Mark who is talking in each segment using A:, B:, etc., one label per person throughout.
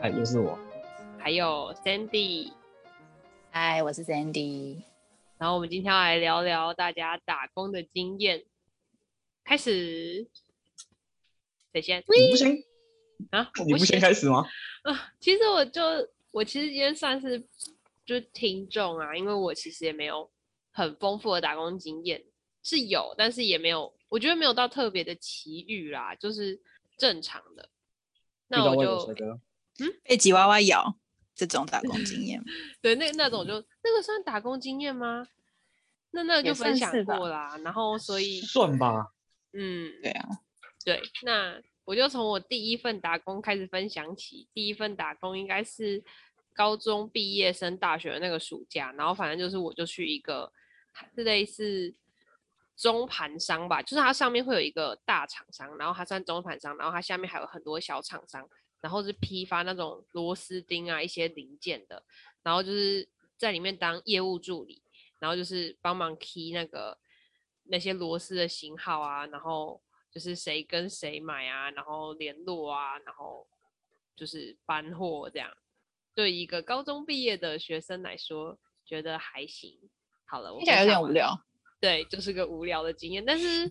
A: 哎，又是我。
B: 还有 Sandy。
C: 嗨，我是 Sandy。
B: 然后我们今天要来聊聊大家打工的经验。开始，谁先？
A: 你不先，
B: 啊，我
A: 你不先
B: 行
A: 开始吗？
B: 啊。其实我就我其实今天算是就是听众啊，因为我其实也没有很丰富的打工经验，是有，但是也没有，我觉得没有到特别的奇遇啦，就是正常的。那
A: 遇到
B: 我
A: 外
B: 就
A: 国帅哥，
C: 被吉娃娃咬这种打工经验，
B: 对，那那种就那个算打工经验吗？那那个
C: 也
B: 就分
C: 算
B: 享
C: 是吧
B: 过啦。然后所以，
A: 算 吧。
B: 嗯，
C: 对啊，
B: 对，那我就从我第一份打工开始分享起。第一份打工应该是高中毕业升大学的那个暑假，然后反正就是我就去一个是类似中盘商吧，就是它上面会有一个大厂商，然后它算中盘商，然后它下面还有很多小厂商，然后是批发那种螺丝钉啊一些零件的，然后就是在里面当业务助理，然后就是帮忙 key 那个那些螺丝的型号啊，然后就是谁跟谁买啊，然后联络啊，然后就是搬货这样。对一个高中毕业的学生来说，觉得还行。好了，我
C: 听起来有
B: 分享
C: 点无
B: 完
C: 聊。
B: 对，就是个无聊的经验。但是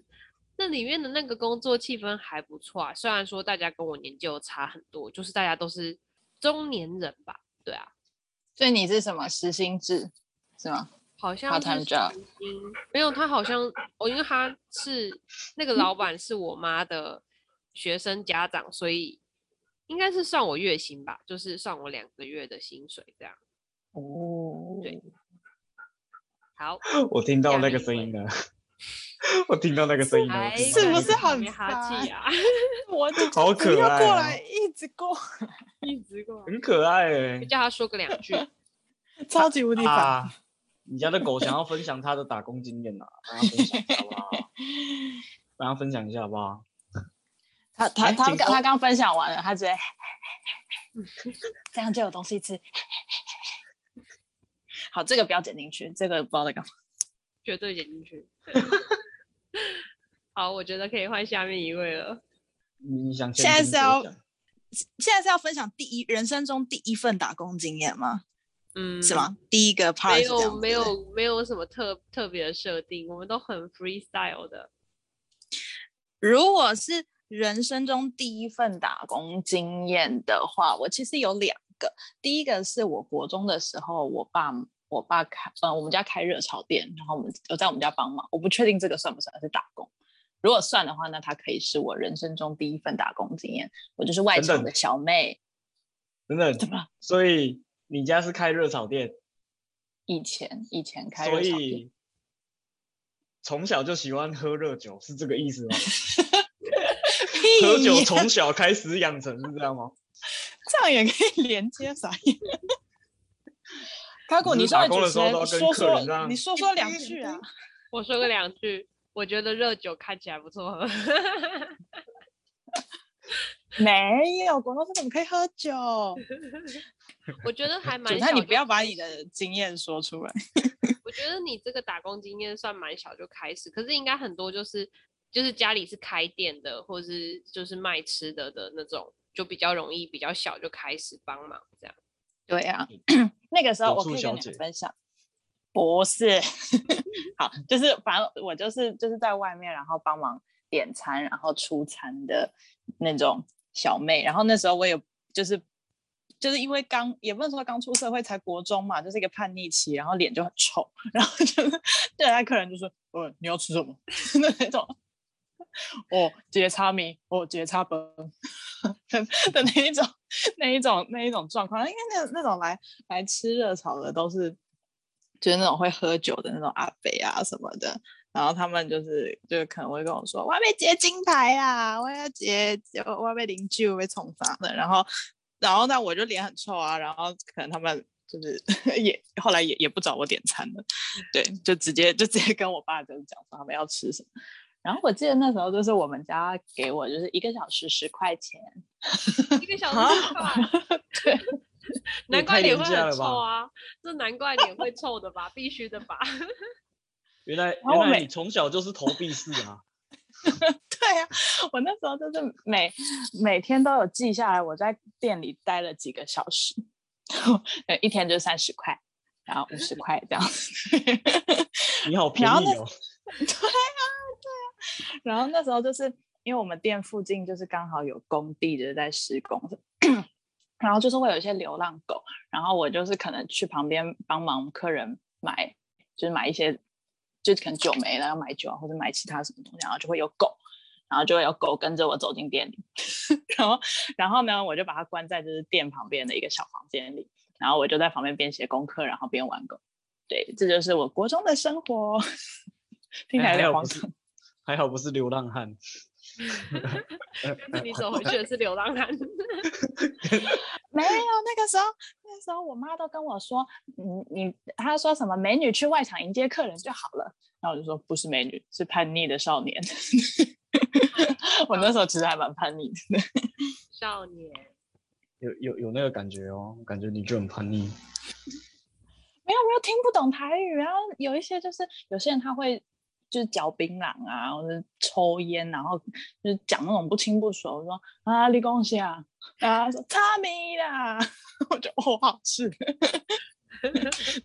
B: 那里面的那个工作气氛还不错啊，虽然说大家跟我年纪有差很多，就是大家都是中年人吧，对啊，
C: 所以你是什么时薪制是吗？
B: 好像
C: Part-time
B: 是
C: job
B: 曾经没有他好像哦，因为他是那个老板是我妈的学生家长，所以应该是算我月薪吧，就是算我两个月的薪水这样。
C: 哦
B: 对好，
A: 我听到
B: 下
A: 那个
B: 一
A: 声
B: 位
A: 音了，我听到那个声音了，我
B: 哎
A: 听
C: 是
A: 到
C: 不
A: 那
C: 是
A: 个
C: 很
B: 没哈气
C: 烦
B: 啊？
C: 我就
A: 好
C: 不
A: 可
C: 要
A: 爱
C: 过
A: 哦
C: 来，一直过，
B: 一直过来，
A: 很可爱 欸
B: 叫他说个两句。
C: 超级无敌烦。
A: 啊！你家的狗想要分享它的打工经验啊，让它分享一下好不好？让它分享一下好不好？
C: 他他
A: 哎
C: 他
A: 请
C: 刚
A: 说
C: 他刚分享完了，他直接 这样就有东西吃。 好，这个不要剪进去，这个不知道在干嘛。
B: 绝对剪进 去。 好，我觉得可以换下面一位了。
A: 你你想先
C: 现
A: 听
C: 在是
A: 谁
C: 要
A: 讲
C: 现在是要分享第一人生中第一份打工经验吗？
B: 嗯，
C: 是？吗？第一个 part
B: 没
C: 是这样
B: 有，
C: 子
B: 没有，没有什么特特别的设定，我们都很 freestyle 的。
C: 如果是人生中第一份打工经验的话，我其实有两个。第一个是我国中的时候，我爸我爸开呃我们家开热炒店，然后我们我在我们家帮忙，我不确定这个算不算是打工。如果算的话，那它可以是我人生中第一份打工经验。我就是外
A: 等等
C: 场的小妹，
A: 等等，
C: 怎么了？
A: 所以你家是开热炒店，
C: 以前以前开
A: 所
C: 热炒店，
A: 以从小就喜欢喝热酒，是这个意思吗？喝酒
C: 屁呀
A: 从小开始养成是这样吗？
C: 这样也可以连接啥 意？开果，
A: 你
C: 你
A: 是
C: 身为
A: 打工的
C: 主
A: 时
C: 持
A: 候
C: 人，
A: 都要
C: 你
A: 跟
C: 说
A: 客人这样
C: 说，你说说两句啊！
B: 我说个两句，我觉得热酒看起来不错喝。
C: 没有，广东是怎么可以喝 酒？
B: 我觉得还蛮
C: 那
B: 小。
C: 你不要把你，的经验说出来。
B: 我觉得你这个打工经验算蛮小就开始，可是应该很多就是就是家里是开店的，或是就是卖吃的的那种，就比较容易比较小就开始帮忙这样。
C: 对啊， 那个时候
A: 酒
C: 我
A: 醋
C: 可以
A: 小
C: 跟你
A: 姐
C: 们分享。不是，好，就是反正我就是就是在外面，然后帮忙点餐，然后出餐的那种小妹。然后那时候我也就是就是因为刚也不能说刚出社会，才国中嘛，就是一个叛逆期，然后脸就很臭，然后就是对待客人就说：“呃，你要吃什么？” 那种。哦，节差米，哦，节差崩 的的那一种、那一种、那一种状况，因为那那种来来吃热炒的都是，就是那种会喝酒的那种阿伯啊什么的，然后他们就是就可能会跟我说，我要被结金牌啊，我要结，我我要被邻居被冲杀的，然后然后但我就脸很臭啊，然后可能他们。就是 也后来也也不找我点餐了， 对，就直接就直接跟我爸就是讲说他们要吃什么，然后我记得那时候就是我们家给我就是一个小时十块钱，
B: 一个小时吃 饭，
C: 对，
B: 难怪
A: 啊也
B: 脸会
A: 太廉价
B: 很
A: 了吧
B: 臭啊！这难怪脸会臭 的吧？必须的吧？
A: 原来
C: 后
A: 原来
C: 每
A: 你从小就是投币式啊！
C: 对啊，我那时候就是每每天都有记下来，我在店里待了几个小时， 对一天就三十块，然后五十块这样子。
A: 你好便
C: 然后
A: 宜
C: 那
A: 哦，
C: 对啊，对啊。然后那时候就是因为我们店附近就是刚好有工地，就是在施工，然后就是会有一些流浪狗，然后我就是可能去旁边帮忙客人买，就是买一些，就可能酒没了要买酒啊，或者买其他什么东西，然后就会有狗。然后就会有狗跟着我走进店里， 然后，然后呢，我就把它关在就是店旁边的一个小房间里，然后我就在旁边边写功课，然后边玩狗。对，这就是我国中的生活。 听起来
A: 哎
C: 有
A: 还
C: 点
A: 好
C: 荒
A: 不是
C: 唐。
A: 还好不是流浪汉，
B: 但是你走回去的是流浪汉，
C: 没有，那个时候，那时候我妈都跟我说，你你，她说什么美女去外场迎接客人就好了。然后我就说不是美女，是叛逆的少年。 我那时候其实还蛮叛逆的。
B: 少年。
A: 有有有那个感觉哦，感觉你就很叛逆。
C: 没有，我又听不懂台语，然后有一些就是有些人他会就是嚼槟榔啊，或者抽烟，然后就是讲那种不清不楚，我说啊，你恭喜啊，啊，他说擦米啦， 我就哦，好吃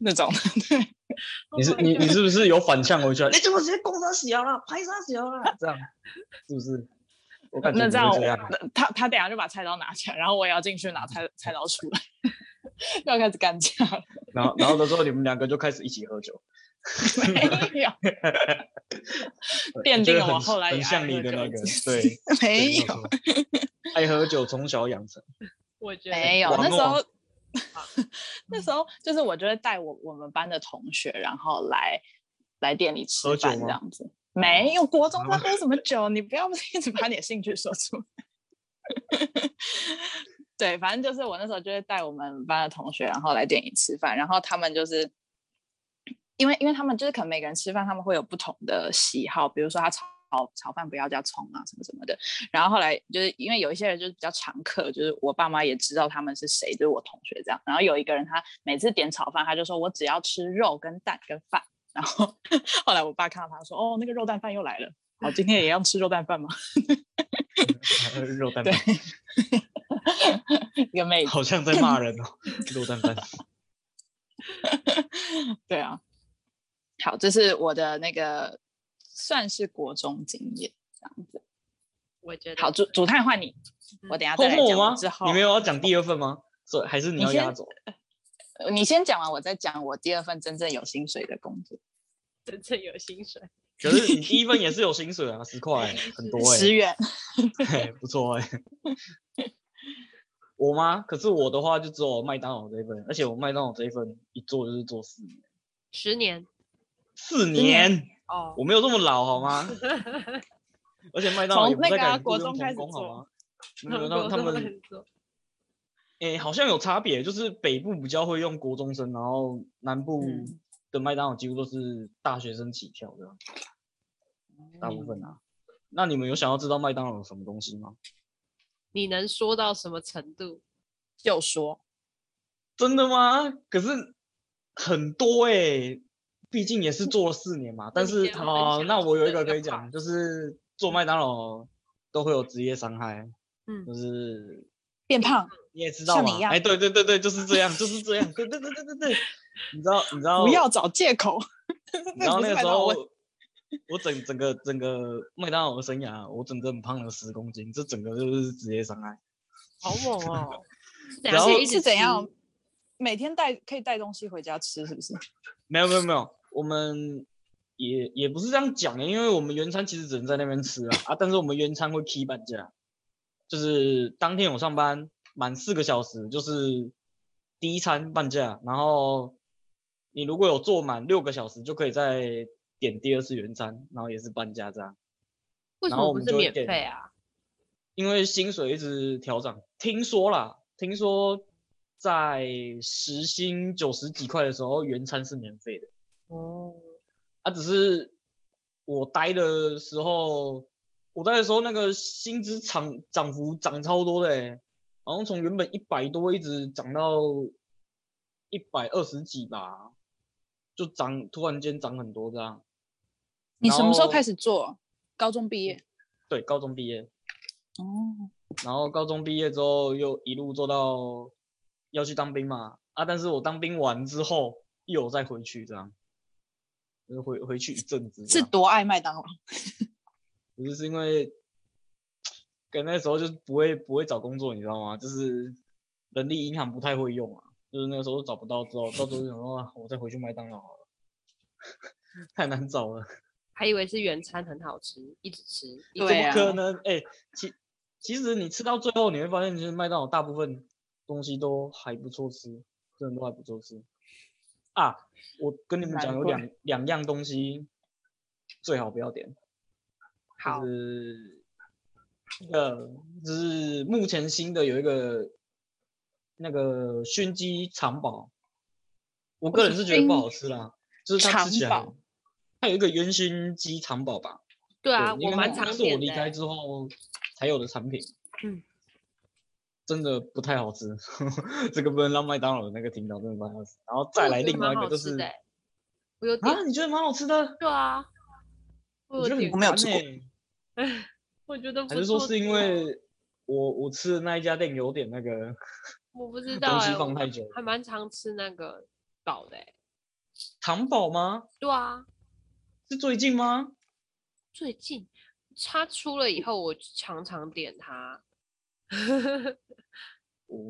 C: 那种，对，哦
A: 你是你你是不是有反向回去啊？你怎么直接攻他小了，拍他小了？这样是不是？我感觉
C: 那
A: 你
C: 这样
A: 会
C: 我
A: 这样啊，
C: 那他他等一下就把菜刀拿起来，然后我也要进去拿菜菜刀出来， 就要开始干架了，
A: 然后然后的时候你们两个就开始一起喝酒，
C: 没有，
A: 对
C: 奠
A: 我呃觉
C: 定
A: 得
C: 了我
A: 很
C: 后来
A: 很
C: 也
A: 像
C: 爱
A: 你
C: 喝
A: 的
C: 酒
A: 那
C: 的
A: 个
C: 姿势
A: 对，对
C: 没有。
A: 错爱喝酒从小养成，
B: 我觉得
C: 没有，
A: 网
C: 那时
A: 络
C: 候 那时候就是我就会带我我们班的同学，然后来来店里吃
A: 喝酒
C: 饭这
A: 吗
C: 样子。没有，国中在
A: 啊
C: 喝什么酒？你不要一直把你的兴趣说出来。 对，反正就是我那时候就会带我们班的同学，然后来店里吃饭，然后他们就是。因为因为他们就是可能每个人吃饭，他们会有不同的喜好，比如说他炒炒饭不要加葱啊什么什么的，然后后来就是因为有一些人就是比较常客，就是我爸妈也知道他们是谁，就是我同学这样。然后有一个人他每次点炒饭，他就说我只要吃肉跟蛋跟饭。然后 后来我爸看到他说哦那个肉蛋饭又来了，好今天也要吃肉蛋饭吗？
A: 肉蛋
C: 对
A: 饭，
C: 一个妹子，
A: 好像在骂人 哦，肉蛋饭。
C: 对啊。好，这是我的那个算是国中经验这样子。
B: 我觉得
C: 好，主主太换你，我等一下再来
A: 后
C: 讲
A: 吗
C: 我之？后
A: 你没有要讲第二份吗？所以还是你
C: 你
A: 要
C: 先
A: 压轴？
C: 呃你先讲完，我再讲我第二份真正有薪水的工作，
B: 真正有薪水，
A: 可是你第一份也是有薪水啊，十块 欸很多哎、
C: 十元。
A: 嘿 不错哎、我吗？可是我的话就只有麦当劳这一份，而且我麦当劳这一份一做就是做四年，
B: 十年
A: 四
C: 年
A: 年，
B: 哦，
A: 我没有这么老好 吗？而且麦当劳
C: 从
A: 也不
C: 那
A: 在
C: 个啊
A: 改雇
C: 国
A: 佣
C: 中开
A: 童工
C: 始
A: 好
C: 做
B: 哦
A: 吗？没有，他们他们诶、好像有差别，就是北部比较会用国中生，然后南部
C: 嗯
A: 的麦当劳几乎都是大学生起跳的，大部分
C: 嗯
A: 啊。那你们有想要知道麦当劳有什么东西吗？
B: 你能说到什么程度？
C: 就说
A: 真的吗？可是很多哎、毕竟也是做了四年嘛。但
B: 你
A: 是
B: 先分
A: 好、
B: 享
A: 那我有一
B: 这
A: 个
B: 个
A: 可以
B: 吧
A: 讲，就是做麦当劳都会有职业伤害，
B: 嗯
A: 就是
C: 变胖，
A: 你也知道
C: 像你
A: 嘛
C: 一，样
A: 哎，对对对对，就是这样，就是这样，对对对对对对，你知道你知道
C: 不要找借口。
A: 然后
C: 不
A: 那个
C: 是
A: 时
C: 麦当劳
A: 候
C: 问
A: 我，我整整个整个麦当劳的生涯，我整整胖了十公斤，这整个就是职业伤害。
B: 好猛哦！ 是怎
A: 然
B: 样
A: 后
B: 一直
C: 是怎样
B: 吃？
C: 每天带可以带东西回家吃，是不是？
A: 没有没有没有，我们也也不是这样讲的，因为我们原餐其实只能在那边吃啊啊，但是我们原餐会 key 半价，就是当天我上班满四个小时，就是第一餐半价，然后你如果有做满六个小时，就可以再点第二次原餐，然后也是半价这样。
B: 为什
A: 然后
B: 么
A: 我
B: 不
A: 们
B: 是
A: 就会
B: 免
A: 变
B: 费啊？
A: 因为薪水一直调涨，听说啦，听说在时薪九十几块的时候，原餐是免费的。
B: 哦，
A: 啊，只是我待的时候，我待的时候那个薪资涨涨幅涨超多的、欸，好像从原本一百多一直涨到一百二十几吧，就涨突然间涨很多这样。
C: 你什么时候
A: 然后
C: 开始做？高中毕业
A: 对，高中毕业，
C: 哦，
A: 然后高中毕业之后又一路做到要去当兵嘛啊，但是我当兵完之后又有再回去这样，就是回回去一阵子这
C: 是
A: 样，
C: 多爱麦当劳，
A: 我就是因为，跟那时候就是不会不会找工作，你知道吗？就是人力银行不太会用啊，就是那个时候找不到之后，到时候就想说啊我再回去麦当劳好了， 太难找了，
B: 还以为是原餐很好吃，一直吃。一直
C: 对
B: 吃
C: 啊
A: 可能哎、其其实你吃到最后你会发现，其实麦当劳大部分东西都还不错吃，真的都还不错吃啊！我跟你们讲，
C: 难
A: 有
C: 怪
A: 两两样东西最好不要点。
B: 好
A: 就，是呃，就是目前新的有一个那个熏鸡肠堡，我个人是觉得不好吃啦，就是它吃起
C: 肠
A: 来
C: 堡，
A: 它有一个烟熏鸡肠堡吧，
B: 对啊，
A: 对因
B: 我
A: 为
B: 蛮
A: 那
B: 常
A: 是我
B: 点
A: 离
B: 的
A: 开
B: 欸。
A: 之后才有的产品，
B: 嗯，
A: 真的不太好吃， 这个不能让麦当劳的那个听到，真的不太好吃。然后再
B: 我
A: 来
B: 觉得
A: 另
B: 蛮
A: 外一个
B: 好
A: 就
B: 吃
A: 是
B: 的欸我有点
A: 啊，你觉得蛮好吃的？
B: 对啊，
A: 我
B: 我有
A: 觉得很
B: 点
C: 我没有
A: 烦
C: 吃过
A: 欸
B: 我觉得不
A: 还是说
B: 错
A: 是因
B: 吃
A: 为我我吃的那一家店有点那个
B: 我不知道
A: 东西
B: 欸
A: 放
B: 我
A: 太久了？
B: 还蛮常吃那个堡的欸、
A: 糖宝吗？
B: 对啊，
A: 是最近吗？
B: 最近它出了以后，我常常点它。
A: 哦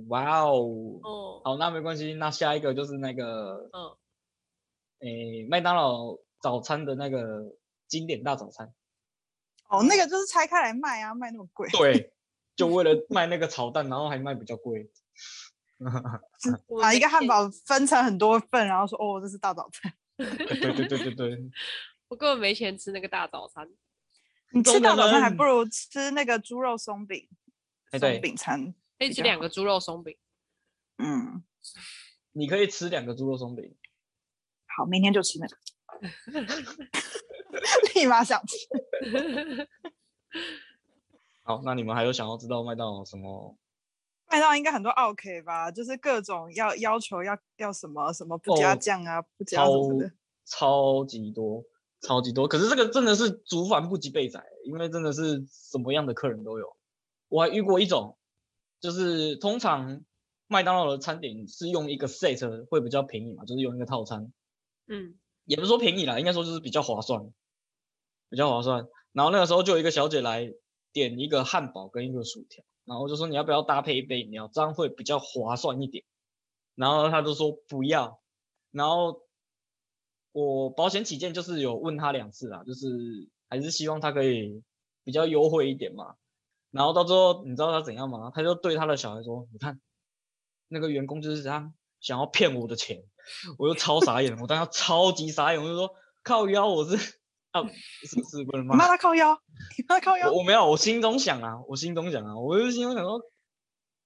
A: 哇哦！
B: 哦，
A: 好，那没关系。那下一个就是那个
B: 嗯，
A: 诶，麦当劳早餐的那个经典大早餐。
C: 哦，那个就是拆开来卖啊，卖那么贵，
A: 对，就 为了卖那个炒蛋，然后还卖比较贵。
B: 我没
C: 把啊一个汉
B: 点，
C: 堡分成很多份，然后说哦，这是大早 餐。
A: 对对对对对对，
B: 我根本没钱吃那个大早餐。
C: 你吃
A: 中的
C: 大早餐还
A: 人
C: 不如吃那个猪肉松饼，
A: 哎对
C: 松饼餐。
B: 可以
C: 比
B: 吃
C: 较
B: 两个猪肉松饼，
C: 嗯，
A: 你可以吃两个猪肉松饼。
C: 好，明天就吃那 个，立马想吃。
A: 好，那你们还有想要知道麦当劳什么？
C: 麦当劳应该很多 OK 吧，就是各种要要求要要什么什么不加
A: 哦
C: 酱啊，不加
A: 超
C: 什么的。
A: 超级多，超级多。可是这个真的是竹繁不及备载，因为真的是什么样的客人都有。我还遇过一种，就是通常麦当劳的餐点是用一个 set 会比较便宜嘛，就是用一个套餐，
B: 嗯，
A: 也不是说便宜啦，应该说就是比较划算，比较划算。然后那个时候就有一个小姐来点一个汉堡跟一个薯条，然后我就说你要不要搭配一杯饮料，这样会比较划算一点。然后她就说不要，然后我保险起见就是有问她两次啦，就是还是希望她可以比较优惠一点嘛。然后到最后你知道她怎样吗？她就对她的小孩说：“你看那个员工就是这样想要骗我的钱。”我就超傻眼，我当时超级傻眼，我就说靠腰我是啊是是不能
C: 你骂
A: 骂。
C: 他靠腰，你骂他靠腰
A: 我，我没有，我心中想啊，我心中想啊，我就心中想说，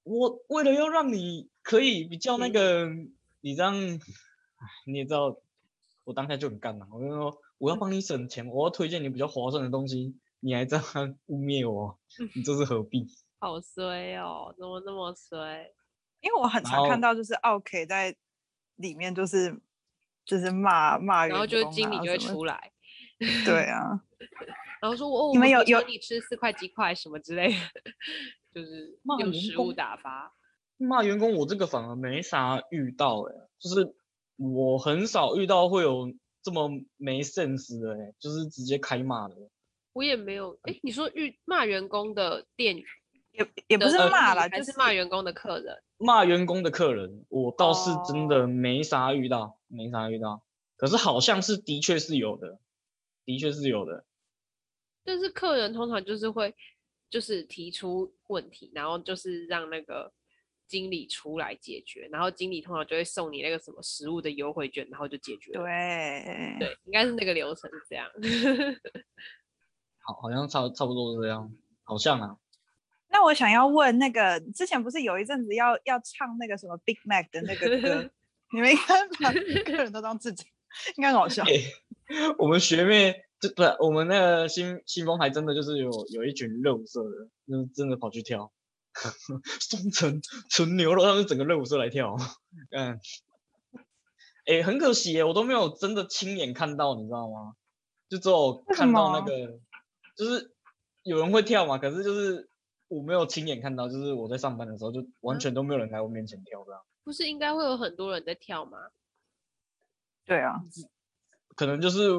A: 我为了要让你可以比较那个，你这样，唉你也知道，我当下就很干了，我就说我要帮你省钱，我要推荐你比较划算的东西，你还这样 污蔑我，你这是何必？
B: 好衰哦，怎么那么衰？
C: 因为我很
A: 然
C: 常
A: 后
C: 看到就是 OK 在里面就是就是骂骂
B: 然后
C: 员
B: 就是
C: 工
B: 经理
C: 啊
B: 就会
C: 什么
B: 出来，
C: 对啊，
B: 然后说哦，
C: 你们有有
B: 给你吃四块几块什么之类的，就是
A: 骂
B: 用
A: 员
B: 食
A: 工
B: 物打发。
A: 骂员工，我这个反而没啥遇到哎、就是我很少遇到会有这么没 sense 的哎、就是直接开骂的。
B: 我也没有，
C: 嗯
B: 哎，你说遇骂员工的店
C: 也也不
B: 的
C: 是
B: 客
C: 骂
B: 人
C: 啦，
B: 还
C: 就是
B: 骂员工的客人。
A: 骂员工的客人，我倒是真的没啥遇到，没啥遇到。可是好像是的确是有的，的确是有的。
B: 但是客人通常就是会就是提出问题，然后就是让那个经理出来解决，然后经理通常就会送你那个什么食物的优惠券，然后就解决了。
C: 对
B: 对，应该是那个流程是这样。
A: 好，好像差差不多是这样，好像啊。
C: 那我想要问那个之前不是有一阵子要要唱那个什么 Big Mac 的那 个歌，你们应该把客人都当自己， 应该很好笑。
A: 欸我们学妹这不是，我们那个新新风还真的就是有有一群热舞社的，就是真的跑去跳， 松城纯牛肉，他们整个热舞社来跳，嗯，哎、很可惜耶，我都没有真的亲眼看到，你知道吗？就只有看到那
C: 什么
A: 个就是有人会跳嘛，可是就是我没有亲眼看到，就是我在上班的时候就完全都没有人来我面前跳这样，
B: 不是应该会有很多人在跳吗？
C: 对啊，
A: 可能就是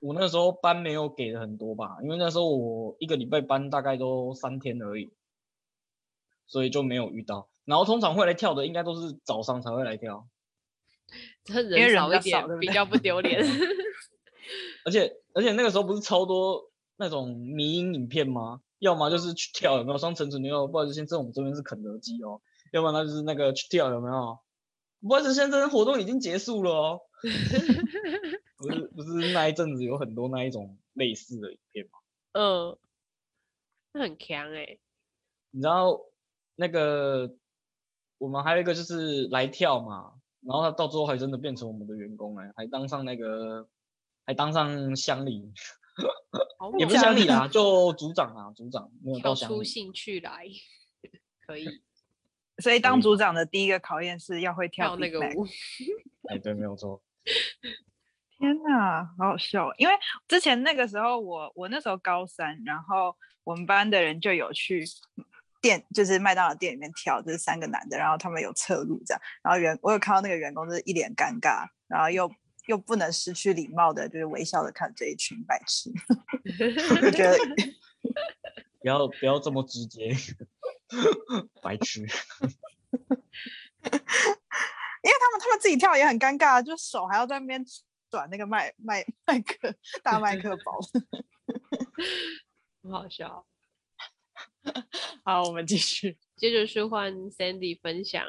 A: 我那时候班没有给的很多吧，因为那时候我一个礼拜班大概都三天而已，所以就没有遇到。然后通常会来跳的，应该都是早上才会来跳，
B: 这
C: 为
B: 人
C: 人
B: 少
C: 比
B: 一
C: 较
B: 点
C: 少对不
B: 比
C: 对
B: 较不丢脸。
A: 而且而且那个时候不是超多那种迷因影片吗？要么就是去跳有没有双层纯牛肉，不好意思先生，我们这边是肯德基哦，要不然就是那个去跳有没有？不好意思先生，活动已经结束了哦。不是不是那一阵子有很多那一种类似的影片吗？
B: 嗯，那很强哎、
A: 你知道那个我们还有一个就是来跳嘛，然后他到最后还真的变成我们的员工哎、还当上那个还当上乡里。
B: 好
A: 也
B: 猛
A: 不是乡里
B: 啊
A: 啦，就组长啊，组长没有
B: 跳
A: 到乡
B: 出
A: 里。
B: 兴趣来，可以
C: 所以
A: 所以
C: 当组长的第一个考验是要会
B: 嗯跳
C: 跳
B: 那
C: Big
B: 个
C: Mac
B: 舞。
A: 哎，对，没有错。
C: 天呐，好好笑！哦因为之前那个时候我，我那时候高三，然后我们班的人就有去店，就是麦当劳店里面跳，就是三个男的，然后他们有侧录这样，然后员我有看到那个员工就是一脸尴尬，然后又又不能失去礼貌的，就是微笑的看这一群白痴， 就 觉得
A: 不要不要这么直 接，白痴。
C: 因为他们他们自己跳也很尴尬，啊就手还要在那边转那个麦麦麦克大麦 克包。
B: 很好笑。
C: 好，我们继续。
B: 接着是换 Sandy 分享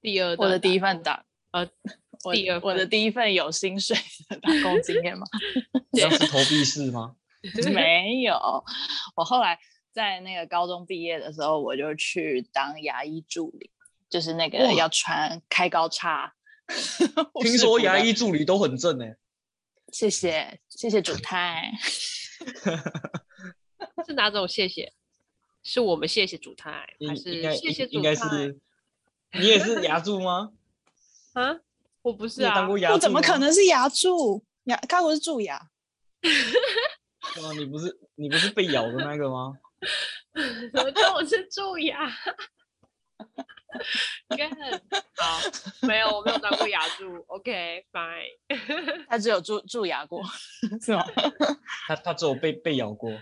B: 第二
C: 我的第一
B: 打
C: 份打
B: 呃，
C: 我
B: 第二
C: 我的
B: 份
C: 第一份有薪水的打工经验吗？
A: 这样是投币 式吗？
C: 没有，我后来在那个高中毕业的时候，我就去当牙医助理，就是那个
A: 哇
C: 要穿开高叉。 护
A: 听
C: 士
A: 说
C: 服
A: 牙
C: 的，
A: 医助理都很正哎、
C: 谢谢谢谢主太。
B: 是哪种谢谢？是我们谢谢主太，
A: 应
B: 还
A: 应
B: 是
A: 该
B: 谢谢
A: 应
B: 主
A: 应该
B: 太
A: 是。你也是牙助吗？
B: 啊？我不 是
A: 你也当
B: 啊，
A: 过 牙助
C: 我
A: 吗？
C: 怎么可能是牙助？牙，开我是蛀牙。
A: 对啊？你不是你不是被咬的那个吗？
B: 我觉得我是蛀牙。 干好，没有，我没有当过牙助。OK，fine、
C: 他只有蛀蛀牙过， 是吗？
A: 他他只有被被咬过。
C: 哦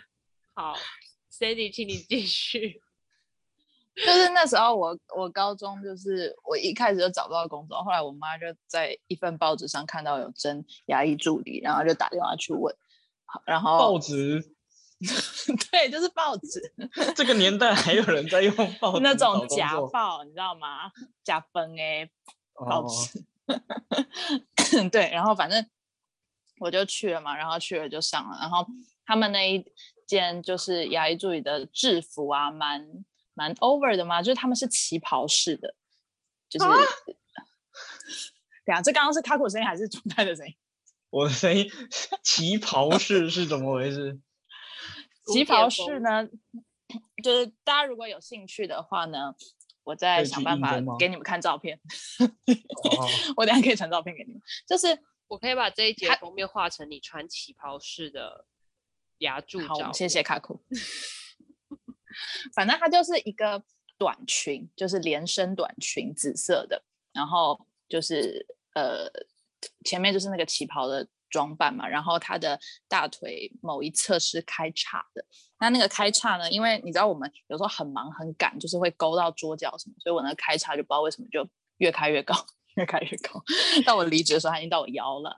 B: 好，Sandy，请你继续。
C: 就是那时候我我高中就是我一开始就找不到工作，后来我妈就在一份报纸上看到有征牙医助理，然后就打电话去问，好然
A: 报
C: 后
A: 纸
C: 对，就是报纸
A: 这个年代还有人在用报纸
C: 那
A: 找
C: 种
A: 工
C: 假
A: 作
C: 报，你知道吗？假分哎、
A: 哦
C: 报纸。 对，然后反正我就去了嘛，然后去了就上了，然后他们那一间就是牙医助理的制服啊，蛮蛮 over 的嘛，就是他们是旗袍式的，就是。对啊，这刚刚是卡口声音还是主太的声音？
A: 我的声音旗袍式是怎么回事？
B: 古
C: 旗
B: 典
C: 袍式
B: 风
C: 呢，就是大家如果有兴趣的话呢，我
A: 可
C: 再
A: 以
C: 想
A: 去
C: 办
A: 印
C: 法
A: 证吗
C: 给你们看照片，
A: 哦，
C: 我等一下可以传照片给你们。就是
B: 我可以把这一节
C: 他
B: 封面画成你穿旗袍式的牙柱
C: 好，我
B: 照
C: 们谢
B: 片
C: 谢卡库。 反正它就是一个短裙，就是连身短裙，紫色的，然后就是呃前面就是那个旗袍的装扮嘛，然后它的大腿某一侧是开叉的。那那个开叉呢，因为你知道我们有时候很忙很赶，就是会勾到桌角什么，所以我那个开叉就不知道为什么就越开越高。 越开越高， 到我离职的时候，它已经到我腰了。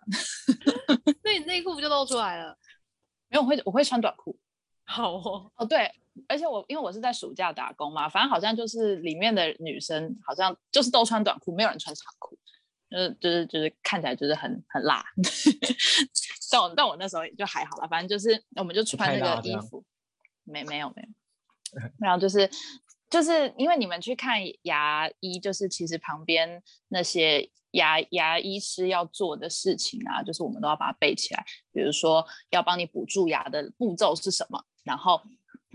B: 那你内裤不就露出来了？
C: 没有，我会我会穿短裤，
B: 好哦，
C: 哦，对，而且我因为我是在暑假打工嘛，反正好像就是里面的女生好像就是都穿短裤，没有人穿长裤，就是就是就是看起来就是很很辣。 但我但我那时候也就还好啦，反正就是我们就穿
A: 太
C: 那
A: 辣
C: 个
A: 这
C: 衣
A: 样
C: 服，没 没有没有，然后就是就是因为你们去看牙医，就是其实旁边那些牙牙医师要做的事情啊，就是我们都要把它背起来。比如说要帮你补蛀牙的步骤是什么，然后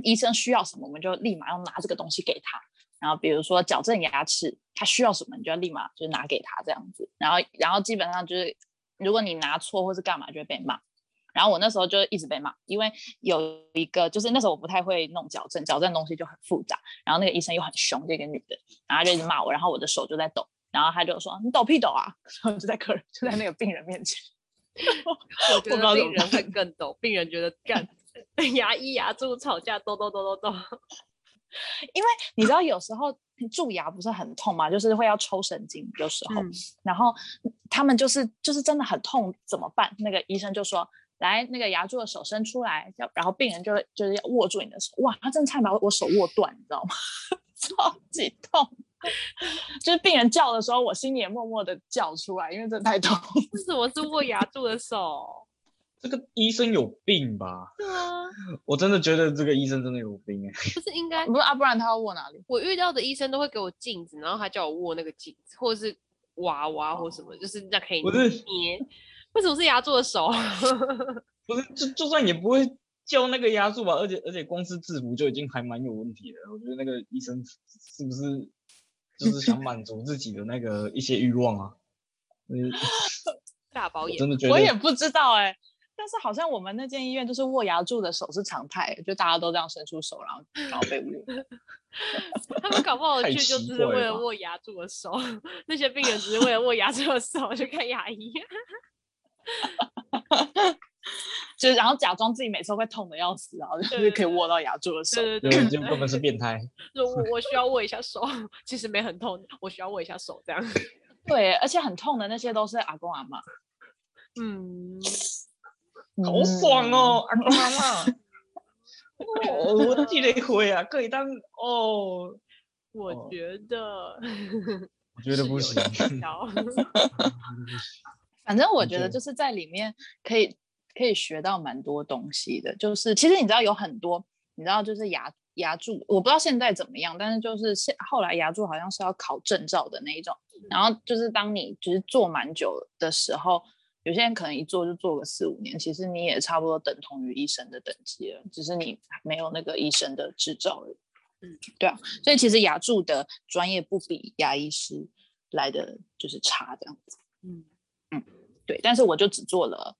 C: 医生需要什么，我们就立马要拿这个东西给他。然后比如说矫正牙齿，他需要什么，你就要立马就拿给他这样子。然后然后基本上就是，如果你拿错或是干嘛，就会被骂。然后我那时候就一直被骂，因为有一个就是那时候我不太会弄矫正，矫正东西就很复杂，然后那个医生又很凶，这个女的，然后她就一直骂我，然后我的手就在抖，然后他就说你抖屁抖啊， 然后就在客人就在那个病人面前，
B: 我觉
C: 不知道
B: 得
C: 怎
B: 病
C: 么
B: 人会更抖，病人觉得干 牙医牙蛀吵 架抖抖抖抖抖，
C: 你知道有时候蛀牙不是很痛吗？就是会要抽神经，有时候，
B: 嗯
C: 然后他们就是就是真的很痛，怎么办？那个医生就说。来，那个牙柱的手伸出来，要然后病人就会就是要握住你的手，哇，他真的差点把我手握断，你知道吗？ 超级痛，就是病人叫的时候，我心里也默默的叫出来，因为真的太痛。
B: 为什么是握牙蛀的手？
A: 这个医生有病吧？
B: 对啊，
A: 我真的觉得这个医生真的有病哎、
B: 不是应该
C: 不是啊，不然他要握哪里？
B: 我遇到的医生都会给我镜子，然后他叫我握那个镜子，或者是娃娃或什么，就是那可以
A: 不是
B: 捏。为什么是牙做的手？
A: 不是，就就算也不会叫那个压住吧，而且而且光是制服就已经还蛮有问题了。我觉得那个医生是是不是就是想满足自己的那个一些欲望啊？嗯，
B: 大保
A: 我
B: 养
A: 真的觉
C: 我也
A: 得
C: 不知道哎、但是好像我们那间医院就是握牙柱的手是常态，就大家都这样伸出手，然后然后被握。
B: 他们搞不好
A: 太
B: 去就
A: 奇
B: 只是为
A: 怪了
B: 了
A: 吧
B: 握牙做的手， 那些病人只是为了握牙做的手去看牙医。
C: 就是然后假装自己每次都会痛的要死，然后就
B: 对
C: 是可以握到牙柱的手。
B: 对对
A: 有
B: 对
A: 人
B: 对
A: 就根本是变态。
B: 说我我需要握一下手，其实没很痛，我需要握一下手这样。
C: 对，而且很痛的那些都是阿公阿妈，
B: 嗯，
A: 好爽
C: 嗯！
A: 哦，阿公阿妈。哦，我记得回啊，可以当哦。
B: 我
A: 哦
B: 觉得
A: 我觉得不
B: 是
A: 行
B: 有，需 要
C: 反正我
A: 感
C: 觉得
A: 觉
C: 就是在里面可以可以学到蛮多东西的。就是其实你知道有很多，你知道就是牙牙柱，我不知道现在怎么样，但是就是现后来牙柱好像是要考证照的那一种。然后就是当你就是做蛮久的时候，有些人可能一做就做个四五年，其实你也差不多等同于医生的等级了，只是你没有那个医生的执照而已。
B: 嗯，
C: 对啊，所以其实牙柱的专业不比牙医师来的就是差这样。
B: 嗯，
C: 对，但是我就只做了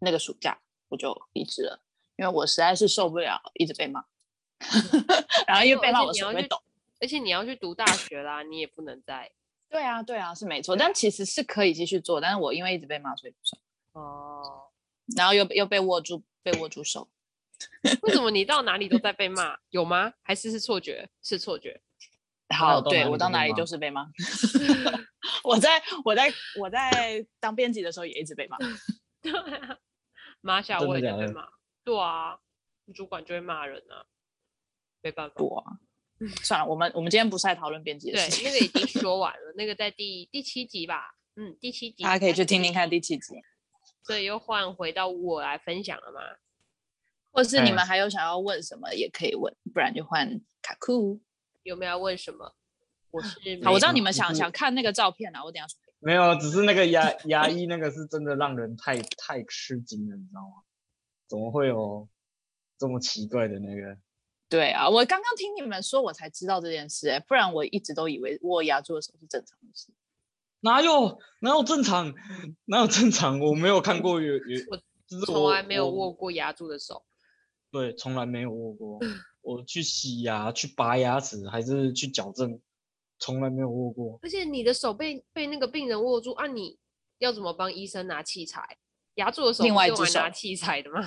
C: 那个暑假，我就离职了，因为我实在是受不了一直被骂， 然 后因为被骂
B: 而且你要
C: 我手会
B: 去
C: 抖。
B: 而且你要去读大学啦，你也不能再
C: 对啊，对啊，是没错，但其实是可以继续做，但是我因为一直被骂，所以不算，
B: 哦。
C: 然后又又被握住，被握住手。
B: 为什么你到哪里都在被骂？有吗？还是是错觉？是错觉？
C: 好，
A: 到
C: 对
A: 哪
C: 我
A: 里
C: 到
A: 都被
C: 哪里
A: 骂
C: 就是被骂。 我在我在我在当编辑的时候也一直 被骂。
B: 对啊，马小
A: 真
B: 我
A: 的
B: 也
A: 假
B: 就被
A: 的
B: 骂。对啊，主管就会骂人啊，没办法。
C: 我算了，我们我们今天不是来讨论编辑的
B: 对
C: 事，情，
B: 那个已经说完了，那个在第第七集吧，嗯，第七集
C: 大家可以去听
B: 第
C: 听看第七集，
B: 所以又换回到我来分享了嘛。
C: 或是你
A: 哎
C: 们还有想要问什么也可以问，不然就换卡酷。
B: 有没有要问什么？我是
C: 好，我
B: 没
C: 知道你
A: 有
C: 们想
A: 就是
C: 想看那个照片啊，我等一下说。
A: 没有，只是那个牙牙医那个是真的让人太太吃惊了，你知道吗？怎么会有这么奇怪的那个？
C: 对啊，我刚刚听你们说，我才知道这件事、欸，不然我一直都以为握牙做的手是正常的事。
A: 哪有哪有正常哪有正常？我没有看过有有，
B: 我
A: 就是
B: 从
A: 我
B: 来没有
A: 我
B: 握过嗯牙柱的手。
A: 对，从来没有握过。我去洗牙、去拔牙齿，还是去矫正，从来没有握过。
B: 而且你的手被被那个病人握住啊，你要怎么帮医生拿器材？牙柱的手
C: 另
B: 不
C: 外
B: 是
C: 一
B: 用
C: 只
B: 来拿
C: 手
B: 器材的吗？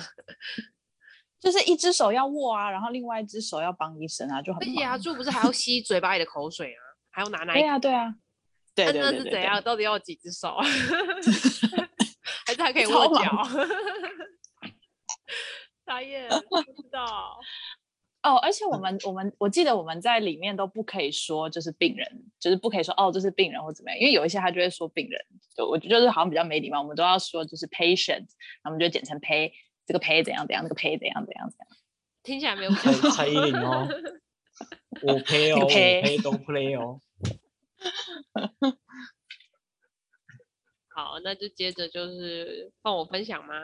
C: 就是一只手要握啊，然后另外一只手要帮医生啊，就
B: 而
C: 很
B: 且
C: 忙
B: 牙柱不是还要吸嘴巴里的口水啊，还 要拿奶
C: 对啊，对啊，对
B: 那
C: 对
B: 那
C: 对
B: 是
C: 对
B: 怎
C: 对
B: 样？到底要有几只手啊？ 还是还可以
C: 超
B: 握
C: 忙
B: 脚？ 傻眼，不知道。
C: 哦，而且我们我们我记得我们在里面都不可以说就是病人，就是不可以说哦这是病人或怎么样，因为有一些他就会说病人，就我就是好像比较没礼貌，我们都要说就是 patient，然后我们就简称 pay，这个 pay 怎样怎样，这个 pay 怎样怎样怎样，
B: 听起来没有比较
A: 蔡
B: 好
A: 蔡依林哦，我陪哦，我
C: 陪
A: 陪都 play 哦。
B: 好，那就接着就是换我分享吗？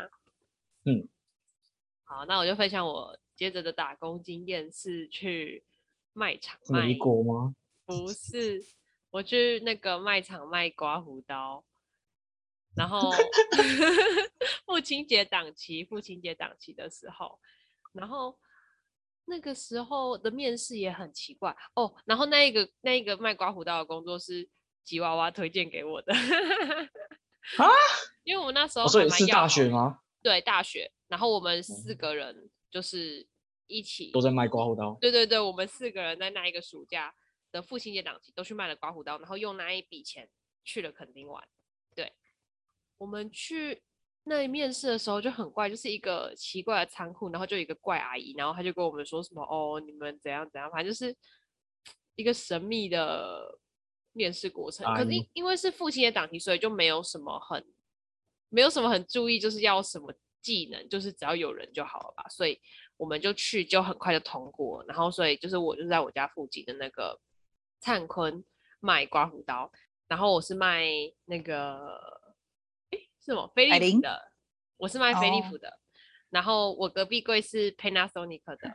A: 嗯，
B: 好，那我就分享我接着的打工经验是去卖场
A: 是
B: 卖
A: 美，国吗？
B: 不是，我去那个卖场卖刮胡刀，然后 父亲节档期，父亲节档期的时候，然后那个时候的面试也很奇怪哦。然后那一个那一个卖刮胡刀的工作是吉娃娃推荐给我的
A: 啊，
B: 因为我们那时候
A: 哦所
B: 还
A: 以
B: 蛮
A: 是
B: 要
A: 大
B: 好
A: 学
B: 的？
A: 吗？哦
B: 对，大学。然后我们四个人就是一起
A: 都在卖刮胡刀，
B: 对对对，我们四个人在那一个暑假的父亲节档期都去卖了刮胡刀，然后用那一笔钱去了垦丁玩。对，我们去那里面试的时候就很怪，就是一个奇怪的仓库，然后就有一个怪阿姨，然后她就跟我们说什么哦，你们怎样怎样，反正就是一个神秘的面试过程。可
A: 阿
B: 是因
A: 姨
B: 因为是父亲节档期，所以就没有什么很没有什么很注意，就是要什么技能，就是只要有人就好了吧。所以我们就去，就很快就通过。然后所以就是我就在我家附近的那个灿坤卖刮胡刀，然后我是卖那个诶是什么飞
C: 海
B: 利
C: 林
B: 浦的，我是卖飞利
C: 哦
B: 浦的。然后我隔壁柜是 Panasonic 的，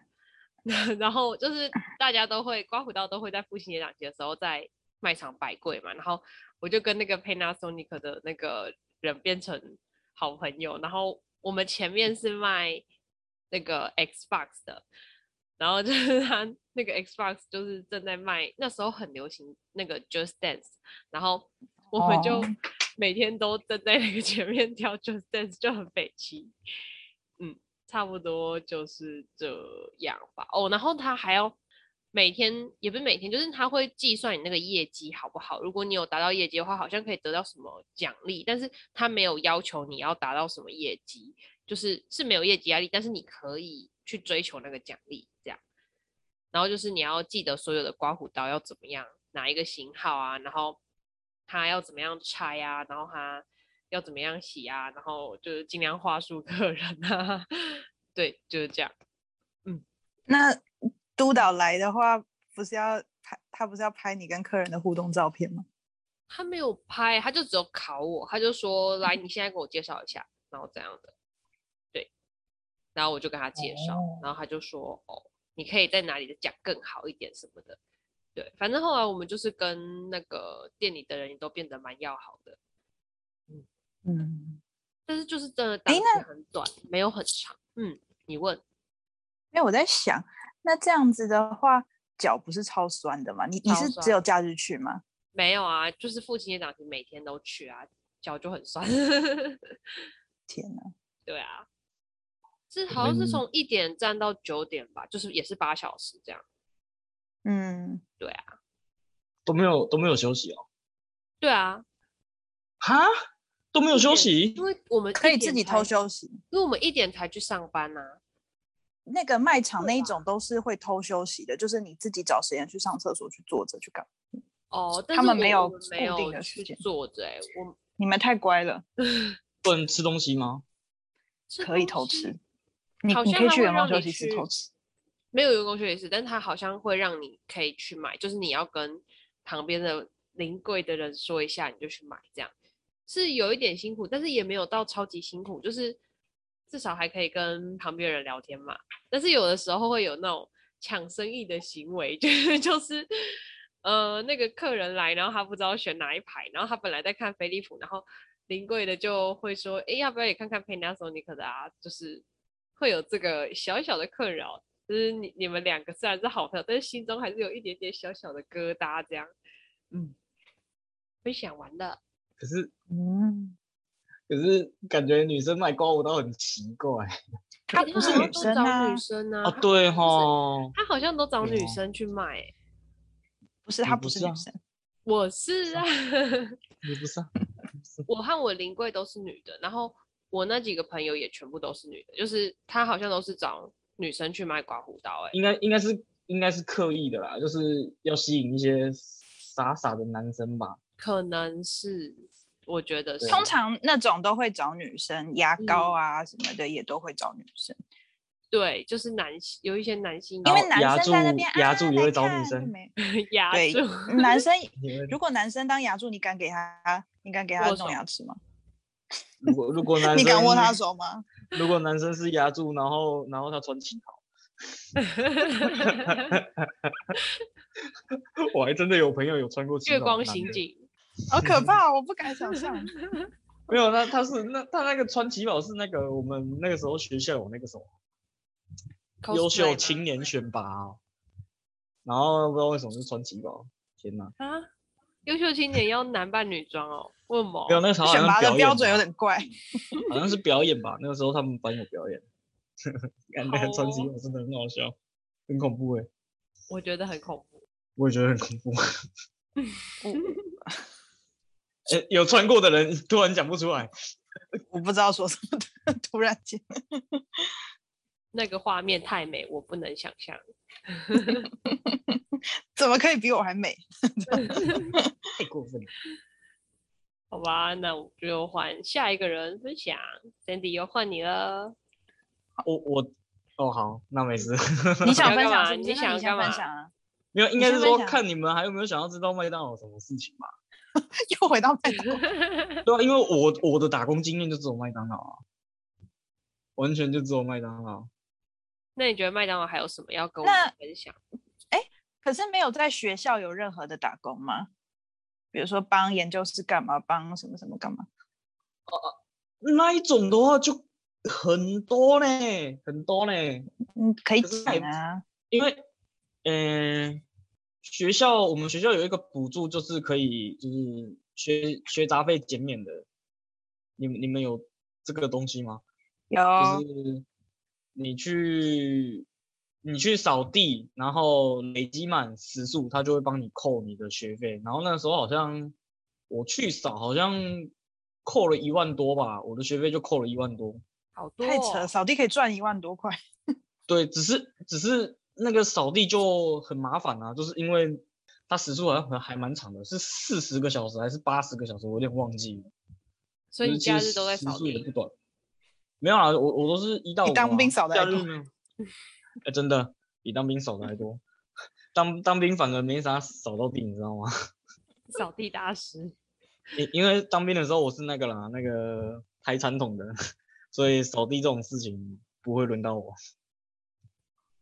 B: 然后就是大家都会刮胡刀都会在父亲节档期的时候在卖场摆柜嘛，然后我就跟那个 Panasonic 的那个人变成好朋友，然后我们前面是卖那个 Xbox 的，然后就是 他那个 Xbox 就是正在卖，那时候很流行那个 Just Dance，然后我们就
C: 哦
B: 每天都站在那个前面 跳 Just Dance 就很北齐，嗯，差不多就是这样吧。哦，然后他还要每天也不是每天，就是他会计算你那个业绩好不好。如果你有达到业绩的话，好像可以得到什么奖励，但是他没有要求你要达到什么业绩，就是是没有业绩压力，但是你可以去追求那个奖励，这样。然后就是你要记得所有的刮胡刀要怎么样，哪一个型号啊，然后它要怎么样拆啊，然后它要怎么样洗啊，然后就是尽量话术 客人啊， 对，就是这样。
C: 那督导来的话，不是要拍他不是要拍你跟客人的互动照片吗？
B: 他没有拍，他就只有考我，他就说：“来，你现在给我介绍一下，然后怎样的。”对，然后我就跟他介绍，然后他就说：“哦，你可以在哪里的讲更好一点什么的。”对，反正后来我们就是跟那个店里的人也都变得蛮要好的，
C: 嗯，
B: 但是就是真的档
C: 诶
B: 期
C: 那
B: 很短，没有很长。嗯，你问
C: 因为我在想，那这样子的话，脚不是超酸的吗？你你
B: 超
C: 是
B: 酸
C: 只有假日去吗？
B: 没有啊？就是父亲节档期每天都去啊，脚就很酸。
C: 天哪！
B: 对啊，是好像是
A: 嗯
B: 从一点站到九点吧，就是也是八小时这样。
C: 嗯，
B: 对啊，
A: 都没有都没有休息哦，
B: 对啊，
A: 哈，都没有休息
B: 因，为我们
C: 可
B: 一
C: 以自
B: 点
C: 己
B: 才
C: 偷，休息。
B: 因为我们一点才去上班呐、啊。
C: 那个卖场
B: 对
C: 那一
B: 吧
C: 种都是会偷休息的，就是你自己找时间去上厕所、去坐着、去干嘛。
B: 哦，但
C: 他
B: 是
C: 们
B: 我
C: 没
B: 我
C: 有
B: 们没
C: 固定
B: 有
C: 的时
B: 去
C: 间
B: 坐着、欸，我们
C: 你们太乖了，
A: 不能吃东西吗？
B: 吃
C: 可以
B: 东
C: 偷
B: 西
C: 吃。你
B: 好
C: 你
B: 像
C: 可以
B: 他
C: 去
B: 会
C: 员工
B: 让
C: 休
B: 你
C: 息室
B: 去
C: 偷吃。
B: 没有员工休息室，但他好像会让你可以去买，就是你要跟旁边的临柜的人说一下，你就去买，这样是有一点辛苦，但是也没有到超级辛苦，就是至少还可以跟旁边的人聊天嘛。但是有的时候会有那种抢生意的行为， 就是就是。呃，那个客人来，然后他不知道选哪一排，然后他本来在看飞利浦，然后临柜的就会说，哎，要不要也看看 Panasonic 的啊？就是会有这个小小的困扰，就是你你们两个虽然是好朋友，但是心中还是有一点点小小的疙瘩，这样，嗯，分享完了，
A: 可是
C: 嗯，
A: 可是感觉女生卖刮胡刀很奇怪
C: 她
B: 诶
C: 不是
B: 哎好像
C: 女
B: 都
C: 生
B: 找
C: 啊
B: 女生啊，
A: 啊，
B: 他
A: 对
B: 好像
A: 哈
B: 是，他好像都找
A: 对
B: 女
A: 哦
B: 生去卖、欸，
C: 不是，
A: 你
C: 她
A: 不
C: 不是
A: 是
C: 女
A: 啊
C: 生。
B: 我是啊。
A: 你不是啊
B: 我和我邻柜都是女的，然后我那几个朋友也全部都是女的，就是她好像都是找女生去卖刮胡刀、欸，
A: 应该应该是应该是刻意的啦，就是要吸引一些傻傻的男生吧。
B: 可能是，我觉得是
A: 对，
C: 通常那种都会找女生，牙膏啊什么的也都会找女生，
B: 对，就是男性有一些男性
C: 因
A: 然
C: 为
A: 后
C: 男
A: 牙
C: 生在那
A: 柱
C: 边
A: 牙
C: 啊
A: 柱也
C: 来
A: 会找女
C: 看
A: 生
C: 就没
B: 压
C: 对
B: 住，
C: 男生
A: 你们
C: 如果男生当牙柱，你敢给他，你敢给他
B: 握
C: 弄
B: 手
C: 牙齿吗？
A: 如果如果男生
C: 你敢握他手吗？
A: 如果男生是牙柱，然后然后他穿旗袍， 我还真的有朋友有穿过旗袍。
B: 月光
A: 男
B: 刑
A: 的
B: 警，
C: 好可怕哦，我不敢想象。
A: 没有，那他是那他那个穿旗袍是那个我们那个时候学校有那个什么优秀
B: cosplay 吗
A: 青年选拔哦、然后不知道为什么是穿旗袍，天哪！
C: 哦
B: 啊，优秀青年要男扮女装哦？为什么
A: 没？有，那个时候好
C: 选
A: 像
C: 拔的
A: 表演
C: 标
A: 吧
C: 准有点怪，
A: 好像是表演吧，那个时候他们班有表演， 看那
B: 好
A: 个穿
B: 哦
A: 旗袍真的很好笑，很恐怖哎、
B: 我觉得很恐怖。
A: 我也觉得很恐怖。 呃，有穿过的人突然讲不出来，
C: 我不知道说什么，突然间，
B: 那个画面太美，我不能想象。
C: 怎么可以比我还 美？
A: 太过分了。
B: 好吧，那我就换下一个人分享，Sandy 又换你了。
A: 我我哦好，那没事。
C: 你
B: 想分
C: 想分
B: 享
C: 享
B: 是不是那
C: 是不是？
B: 你
C: 你
B: 先
C: 想
B: 分
C: 分
B: 享
C: 享啊？
A: 没有，应
C: 你
A: 该
C: 先
A: 是
C: 分
A: 说
C: 享
A: 看你们还有没有想要知道麦当劳什么事情吧？
C: 又回到 麦当劳，
A: 对啊，因为我我的打工经验就只有麦当劳啊，完全就只有麦当劳。
B: 那你觉得麦当劳还有什么要跟我们
C: 那
B: 分享？
C: 可是没有在学校有任何的打工吗？比如说帮研究室干嘛，帮什么什么干嘛？
A: 那一种的话就很多呢，很多呢，
C: 嗯，可以
A: 可是也
C: 讲啊。
A: 因为嗯、呃学校我们学校有一个补助，就是可以就是学学杂费减免的，你们你们有这个东西吗？
C: 有，
A: 就是你去你去扫地，然后累积满时数，他就会帮你扣你的学费。然后那时候好像我去扫，好像扣了一万多吧，我的学费就扣了一万多。
B: 好多、
C: 太扯了，
B: 哦，
C: 扫地可以赚一万多块。
A: 对，只是只是那个扫地就很麻烦啊，就是因为它时数好像还还蛮长的，是四十个小时还是八十个小时，我有点忘记了。
B: 所以
A: 就
B: 你
A: 是
B: 假
A: 其实
B: 日都在
A: 时
B: 扫
A: 数也不
B: 地，
A: 短。没有啊，我我都是一到
C: 比
A: 五
C: 当
A: 啊
C: 兵扫得
A: 假
C: 还
A: 日
C: 多
A: 没 有哎真的比当兵扫的还多。 当当兵反而没啥扫到地，你知道吗？
B: 扫地大师。
A: 因因为当兵的时候我是那个啦，那个抬餐桶的， 所以扫地这种事情不会轮到我。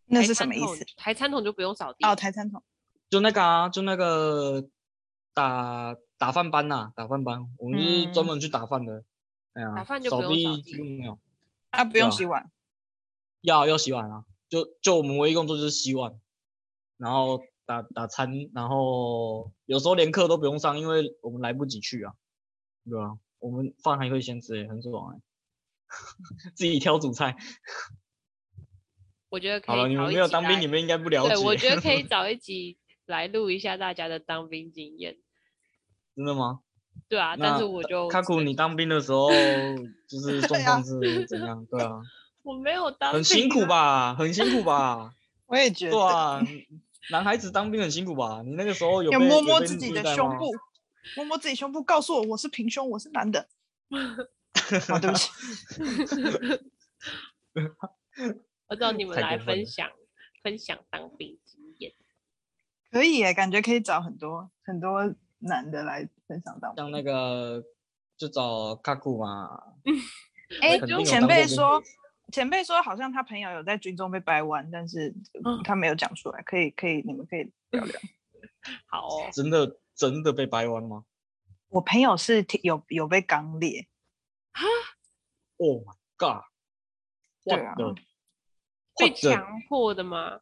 C: 那
B: 抬
C: 是什
B: 餐
C: 么意
B: 桶
C: 思？？
B: 抬餐桶就不用扫地
C: 哦，台餐桶。
A: 就那个啊，就那个打打饭班呐、打饭班，我们就是专
C: 嗯
A: 门去打饭的。哎呀，
B: 打饭就不
A: 扫
B: 用扫
A: 地
B: 地
A: 就没有，
C: 啊，不
A: 对啊
C: 用洗碗，
A: 要要洗碗啊，就就我们唯一工作就是洗碗，然后打打餐，然后有时候连课都不用上，因为我们来不及去啊，对啊，我们饭还会先吃、欸，很 爽哎、自己挑主菜。
B: 我觉得可以
A: 好了，你
B: 找
A: 们
B: 一
A: 没有
B: 集
A: 当兵，
B: 来
A: 你们应该不了解。
B: 对，我觉得可以找一集来录一下大家的当兵经验。
A: 真的吗？
B: 对啊，但是
A: 那
B: 我就
A: 卡古，你当兵的 时候就是状
C: 啊
A: 况是怎样？对啊，
B: 我没有 当
A: 很辛苦
B: 兵啊？
A: 吧？很辛苦吧？
C: 我也觉
A: 对
C: 得。
A: 啊，男孩子当兵很辛苦吧？你那个时候有
C: 要
A: 被
C: 摸
A: 有
C: 摸
A: 被
C: 自己
A: 虐
C: 的
A: 待
C: 胸
A: 吗
C: 部，摸摸自己胸部，告诉我我是平胸，我是 男的。啊，对不起，
B: 我找你们
A: 太
B: 来
A: 过分
B: 分
A: 了
B: 享分享当兵经验。
C: 可以耶，感觉可以找很多很多男的来分享当
A: 像
C: 兵。
A: 那个就找卡库嘛，
C: 哎
A: 肯定有
C: 前
A: 当过
C: 辈
A: 兵的
C: 说，前辈说好像他朋友有在军中被掰弯，但是
B: 嗯
C: 他没有讲出来。可以，可以，你们可以聊聊。
B: 好哦，
A: 真的真的被掰弯吗
C: 我朋友是挺有有被刚裂，
A: ？Oh my god！
C: 对
A: 我
C: 啊
A: 的，
B: 被
A: 我的
B: 强迫的吗？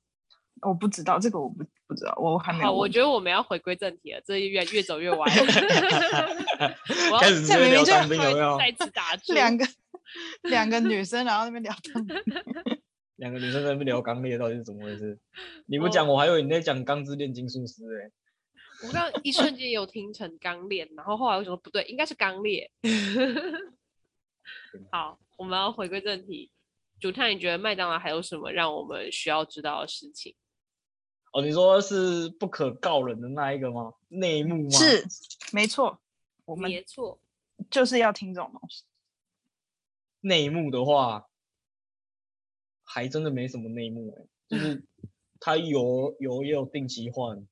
C: 我不知道这个，我不不知道，我还没
B: 好，
C: 有
B: 我
C: 问。
B: 觉得我们要回归正题了，这越越走越歪 了。我要
A: 开始直
C: 这
A: 接
C: 明
A: 聊
C: 明就
A: 当兵有没有？
B: 再次打住。
C: 两个 两个女生，然后那边聊当兵，
A: 两个女生在那边聊刚烈到底是怎么回事？你不
B: 哦
A: 讲，我还以为你在讲《钢之炼金术师》哎。
B: 我刚刚一瞬间有听成刚烈，然后后来我想说不对，应该是刚烈。 好，我们要回归正题。主太，你觉得麦当劳还有什么让我们需要知道的事情？
A: 哦，你说是不可告人的那一个吗？内幕吗？
C: 是没错，我们
B: 没错，
C: 就是要听这种东西。
A: 内幕的话，还真的没什么内幕哎、就是它油油也有定期换，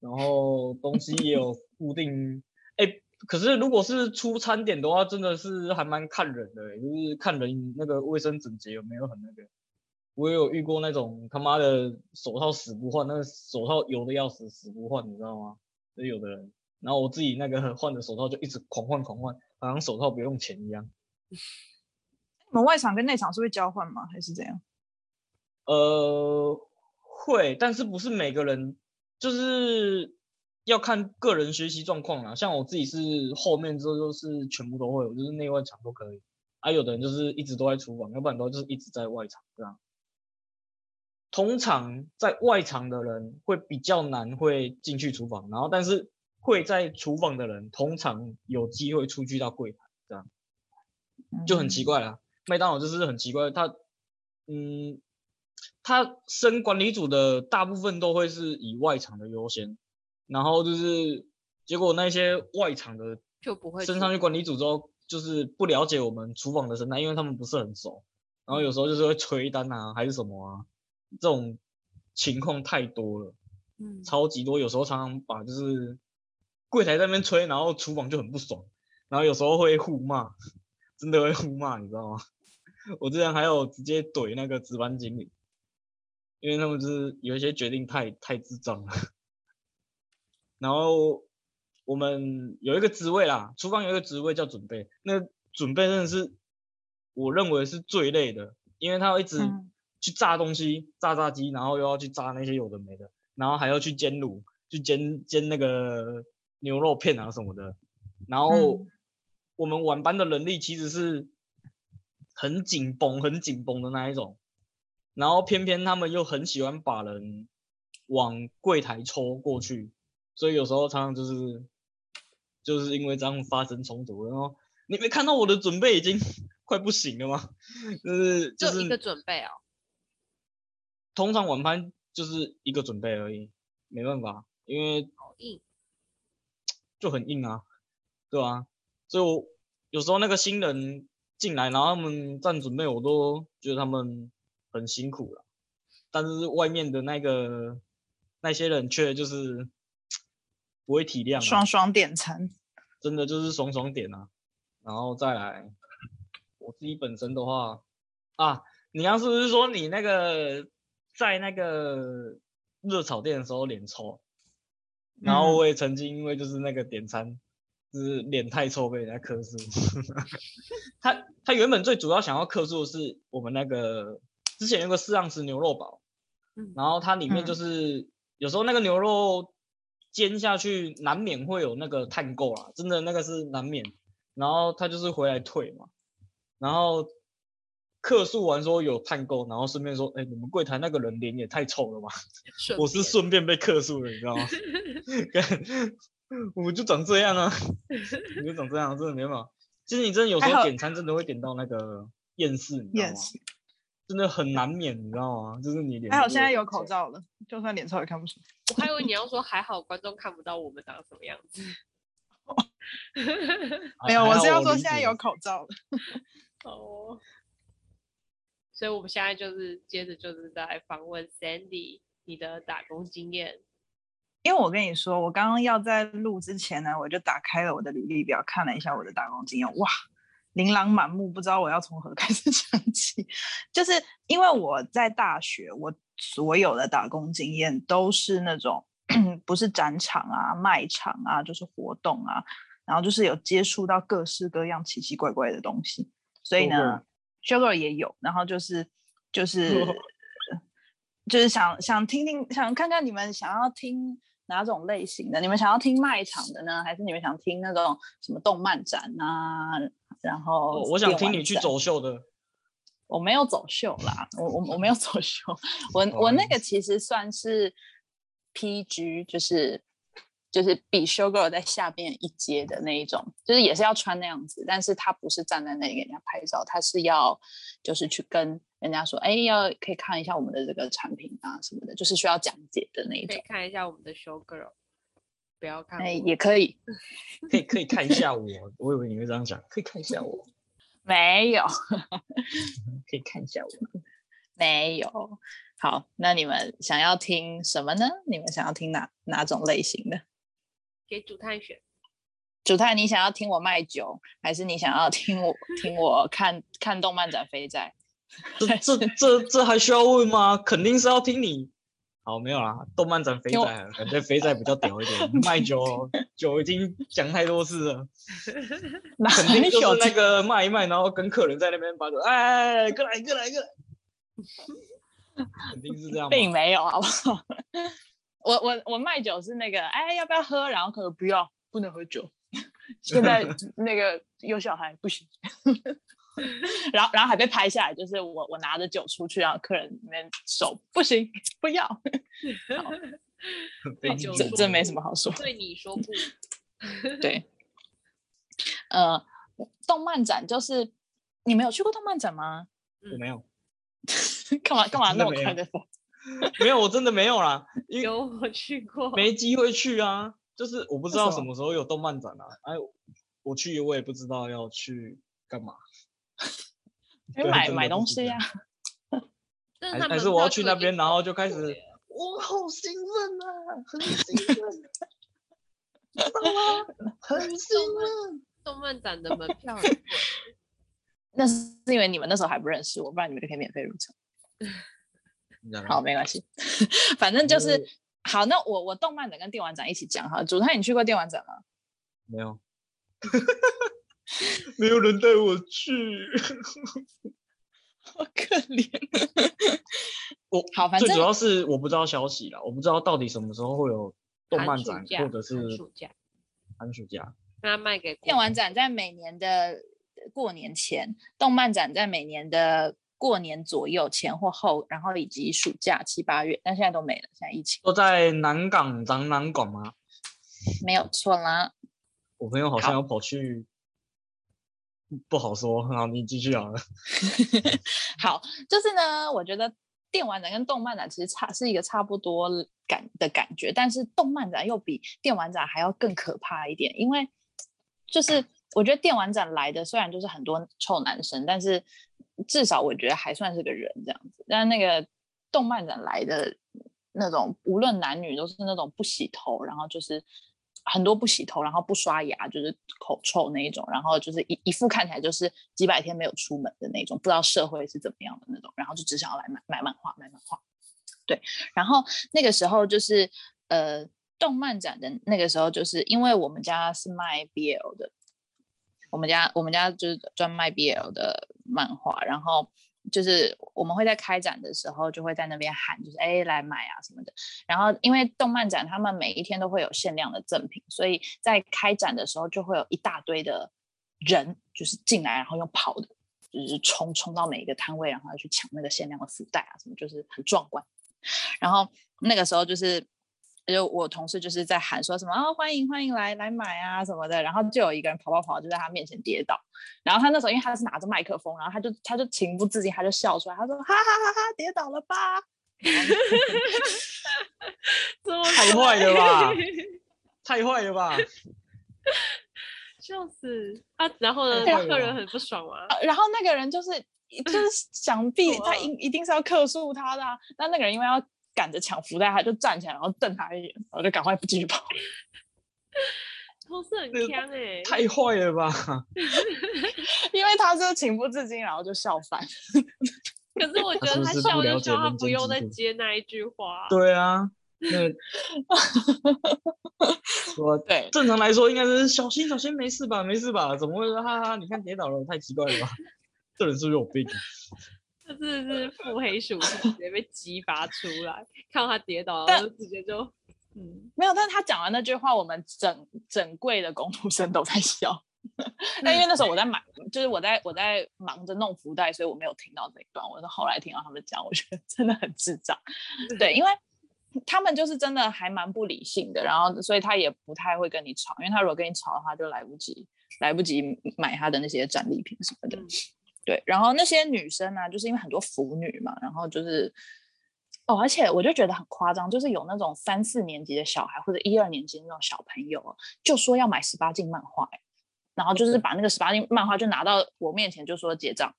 A: 然后东西也有固定哎、可是如果是出餐点的话，真的是还蛮看人的、欸，就是看人那个卫生整洁有没有很那个。我也有遇过那种他妈的手套死不换，那个手套油的要死，死不换，你知道吗？就有的人，然后我自己那个换的手套就一直狂换狂换，好像手套不用钱一样。
C: 你们外场跟内场是会交换吗？还是怎样？
A: 呃，会，但是不是每个人，就是要看个人学习状况啦。像我自己是后面之后就是全部都会，我就是内外场都可以。啊，有的人就是一直都在厨房，要不然的话就是一直在外场这样。通常在外场的人会比较难会进去厨房，然后但是会在厨房的人通常有机会出去到柜台，
C: 嗯
A: 就很奇怪啦。麦当劳就是很奇怪，它嗯，它升管理组的大部分都会是以外场的优先，然后就是结果那些外场的
B: 就不会
A: 升
B: 出
A: 上去管理组之后，就是不了解我们厨房的生态，因为他们不是很熟，然后有时候就是会催单啊，还是什么啊，这种情况太多了，
B: 嗯
A: 超级多，有时候常常把就是柜台在那边催，然后厨房就很不爽，然后有时候会互骂，真的会互骂，你知道吗？ 我之前还有直接怼那个值班经理，因为他们就是有一些决定太太智障了。然后我们有一个职位啦，厨房有一个职位叫准备，那个准备真的是我认为是最累的，因为他要一直
C: 嗯
A: 去炸东西，炸炸鸡，然后又要去炸那些有的没的，然后还要去煎卤，去煎煎那个牛肉片啊什么的。然后
C: 嗯
A: 我们晚班的能力其实是很紧绷、很紧绷的那一种，然后偏偏他们又很喜欢把人往柜台抽过去，所以有时候常常就是就是因为这样发生冲突，然后你没看到我的准备已经 快不行了吗？就是
B: 就
A: 就是
B: 一个准备哦，
A: 通常晚班就是一个准备而已，没办法，因为
B: 好硬，
A: 就很硬啊，对啊，所以我有时候那个新人进来，然后他们站准备，我都觉得他们很辛苦了。但是外面的那个那些人却就是不会体谅、啊，
C: 双双点餐，
A: 真的就是爽爽点啊。然后再来，我自己本身的话啊，你刚是不是说你那个在那个热炒店的时候脸臭？啊然后我也曾经因为就是那个点餐，就是脸太臭被人家克诉。他他原本最主要想要克诉的是我们那个之前有个四盎司牛肉堡，
B: 嗯
A: 然后它里面就是、有时候那个牛肉煎下去难免会有那个碳垢啦，真的那个是难免。然后他就是回来退嘛，然后客诉完说有碳垢，然后顺便说，哎，你们柜台那个人脸也太臭了吧。
B: 顺
A: 我是
B: 便
A: 顺便被克诉的，你知道吗？干我就长这样啊，我就长这样，啊真的没办法。其实你真的有时
C: 还
A: 候
C: 好
A: 点餐真的会点到那个厌世，你知道吗？
C: Yes
A: 真的很难免，你知道吗？就是你脸。
C: 还好现在有口。罩了，就算脸臭也看不出。
B: 我还以为你要说还好观众看不到我们长什么样子，
A: 还
C: 没有，我
A: 啊还
C: 是
A: 好
C: 要说
A: 理
C: 现在
A: 解
C: 有口罩了。
B: 哦，所以我们现在就是接着就是在访问 Sandy 你的打工经验，
C: 因为我跟你说，我刚刚要在录之前呢，我就打开了我的履历表，看了一下我的打工经验，哇，琳琅满目，不知道我要从何开 始讲起。就是因为我在大学，我所有的打工经验都是那种 不是展场啊、卖场啊，就是活动啊，然后就是有接触到各式各样奇奇怪怪的东西，所以呢 Sugar 也有，然后就是就是就是想想听听，想看看你们想要听哪种类型的？你们想要听卖场的呢，还是你们想听那种什么动漫展啊？然后
A: 哦我我想
C: 电
A: 听
C: 玩
A: 你去
C: 展
A: 走秀的，
C: 我没有走秀啦，我我我没有走秀，我
A: 啊
C: 我那个其实算是 PG，就是就是比 Showgirl 在下边一阶的那一种，就是也是要穿那样子，但是他不是站在那里给人家拍照，他是要就是去跟人家说，哎，要可以看一下我们的这个产品啊什么的，就是需要讲解的那一
B: 可以
C: 种，
B: 看一下我们的 Show Girl，不要看我，
C: 哎，也可以，
A: 可以可以看一下我，我以为你会这样讲，可以看一下我，
C: 没有，
A: 可以看一下我。
C: 没有，好，那你们想要听什么呢？你们想要听哪哪种类型的？
B: 给主探选，
C: 主太，你想要听我卖酒，还是你想要听我听我看看动漫展肥仔？
A: 这这这这还需要问吗？肯定是要听你好，没有啦，动漫展肥仔
C: 因为
A: 啊，感觉肥仔比较屌一 点。卖酒，酒已经讲太多次了，
C: 哪
A: 肯定就
C: 有
A: 是那个卖一卖，然后跟客人在那边把酒，哎，过来，过来，过来，肯定是这样嘛。
C: 并没有，好不好？ 我我我卖酒是那个，哎，要不要喝？然后可能不要，不能喝酒。 现在那个有小孩不行。 然后然后还被拍下来，就是我我拿着酒出去，然后客人那边手不行，不要。
A: 被
B: 酒
C: 这
B: 说
C: 这没什么好说。
B: 对你说不，
C: 对，呃，动漫展就是你们有去过动漫展吗？
A: 我没有，
C: 干嘛干嘛那么
A: 真的没有
C: 快的？
A: 没有，我真的没有啦， 因为
B: 有我去过，
A: 没机会去啊。就是我不知道
C: 为什
A: 什
C: 么
A: 么时候有动漫展啊，哎，我去我也不知道要去干嘛。
C: 因为
A: 对
C: 买
A: 真的
C: 买
A: 不
C: 东
A: 是
C: 西
A: 这
C: 呀、
A: 样
C: 啊。
B: 但
A: 还
B: 是他
A: 还
B: 们
A: 是我要
B: 票
A: 去
B: 就
A: 那
B: 已经
A: 边，然后就开始
B: 了耶，
A: 我好兴奋啊，很兴奋，知道吗？很兴奋。
B: 动漫展的门票很贵
C: 那是因为你们那时候还不认识我，不然你们就可以免费入场。好，，没关系，反正就是、
A: 嗯
C: 好。那我我动漫展跟电玩展一起讲哈。主太，你去过电玩展吗？
A: 没有，没有人带我去。
C: 好可怜。
A: 我
C: 好，反
A: 最
C: 正
A: 主要是我不知道消息啦，我不知道到底什么时候会有 动
B: 寒
A: 漫
B: 暑
A: 展
B: 假
A: 或者
B: 寒
A: 是
B: 暑假，
A: 寒暑假。
B: 那卖给
C: 电
B: 国
C: 玩展在每年的呃过年前，动漫展在每年的过年左右前或后，然后以及暑假七八月，但现在都没了，现在疫情
A: 都在南港展览馆吗？
C: 没有错啦。
A: 我朋友好像要跑去，不好说。好，你继续好了。
C: 好，就是呢，我觉得电玩展跟动漫展其实差是一个差不多感的感觉，但是动漫展又比电玩展还要更可怕一点，因为就是我觉得电玩展来的虽然就是很多臭男生，但是至少我觉得还算是个人这样子，但那个动漫展来的那种无论男女都是那种不洗头，然后就是。很多不洗头，然后不刷牙，就是口臭那一种，然后就是一一副看起来就是几百天没有出门的那种，不知道社会是怎么样的那种，然后就只想要来买买漫画，买漫画。对，然后那个时候就是呃，动漫展的那个时候，就是因为我们家是卖 BL 的，我们家我们家就是专卖 BL 的漫画，然后就是我们会在开展的时候就会在那边喊，就是哎来买啊什么的。然后因为动漫展他们每一天都会有限量的赠品，所以在开展的时候就会有一大堆的人就是进来，然后用跑的，就是冲冲到每一个摊位，然后去抢那个限量的福袋啊什么，就是很壮观。然后那个时候就是。就我同事就是在喊说什么啊、欢迎欢迎来来买啊什么的，然后就有一个人跑跑跑就在他面前跌倒，然后他那时候因为他是拿着麦克风，然后他就他就情不自禁他就笑出来，他说哈哈哈哈跌倒了吧，
B: 这么
A: 太
B: 贵
A: 坏了吧太坏了吧！
B: 笑死啊！然后呢，
A: 太
B: 他
A: 坏
B: 客
A: 了
B: 人很不爽 嘛，
C: 啊然后那个人就是就是想必
B: 怎么
C: 他
B: 了
C: 一一定是要克诉他的、啊，但那个人因为要赶着抢福袋，他就站起来然后瞪他一眼，我就赶快继续跑。
B: 都是很
A: 这个
B: 呛哎，
A: 太坏了吧！
C: 因为他是情不自禁，然后就笑翻。
B: 可是我觉 得
A: 他
B: 他
A: 是不是不
B: 笑
A: 了
B: 就
A: 解
B: 笑，他
A: 人
B: 不
A: 间
B: 用
A: 疾
B: 再
A: 苦
B: 接那一句话。
A: 对啊， 那我
C: 对，
A: 正常来说应该是小心小心，没事吧，没事吧？ 怎么会说哈哈？你看跌倒了，太奇怪了吧？ 这人是不是有病啊？
B: 这真的是腹黑属性直接被激发出来，看到他跌倒，然
C: 但
B: 后就直接就嗯，
C: 没有，但他讲完那句话，我们整整柜的工读生都在笑。 但因为那时候我在买，就是我在我在忙着弄福袋，所以我没有听到这一段。我是后来听到他们讲，我觉得真的很智障。 对，因为他们就是真的还蛮不理性的，然后所以他也不太会跟你吵，因为他如果跟你吵的话，就来不及来不及买他的那些战利品什么的。
B: 嗯
C: 对，然后那些女生呢、就是因为很多腐女嘛，然后就是哦，而且我就觉得很夸张，就是有那种三四年级的小孩或者一二年级那种小朋友哦，就说要买十八禁漫画、欸，然后就是把那个十八禁漫画就拿到我面前，就说结账，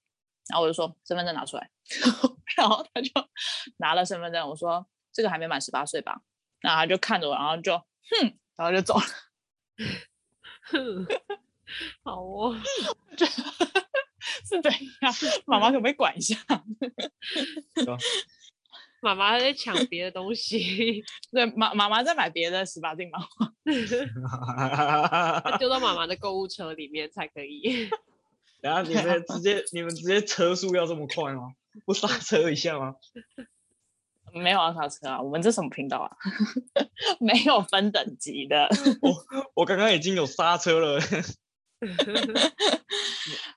C: 然后我就说身份证拿出来， 然后他就拿了身份证，我说这个还没满十八岁吧，然后他就看着我，然后就哼，然后就走了。
B: 嗯哼，好哦，
A: 啊
C: 是怎样？妈妈可不可以管一下？
A: 吧
B: 妈妈在抢别的东西，
C: 对，妈妈妈在买别的十八禁漫画，
B: 丢到妈妈的购物车里面才可以。
A: 然后你们直接你们直接车速要这么快吗？ 不刹车一下吗？
C: 没有要刹车啊，我们这什么频道啊？ 没有分等级的。
A: 我刚刚已经有刹车了。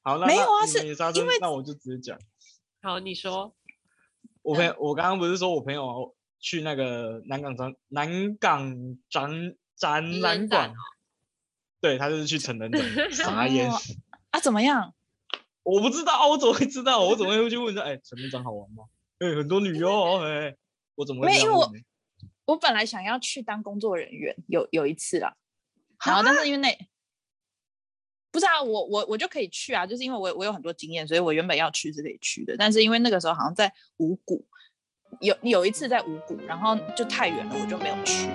A: 好，那
C: 没有啊
A: 那
C: 是
A: 你们也刹车
C: 因为，
A: 那我就直接讲。
B: 好，你说，
A: 我
C: 嗯
A: 朋友，我刚刚不是说我朋友去那个南港展南港展展
B: 人
A: 览
B: 展
A: 馆，对他就是去成 人展，傻眼
C: 哦。啊，怎么样？
A: 我不知道，我怎么会知道？我怎么会去问说，哎，成人展好玩吗？ 哎，很多女优哦，哎，我怎么会
C: 没
A: 这
C: 因
A: 样
C: 为
A: 问呢？
C: 我本来想要去当工作人员，有有一次啦，然后但是因为那不是啊，我我我就可以去啊，就是因为我我有很多经验，所以我原本要去是可以去的，但是因为那个时候好像在五谷，有有一次在五谷，然后就太远了，我就没有去。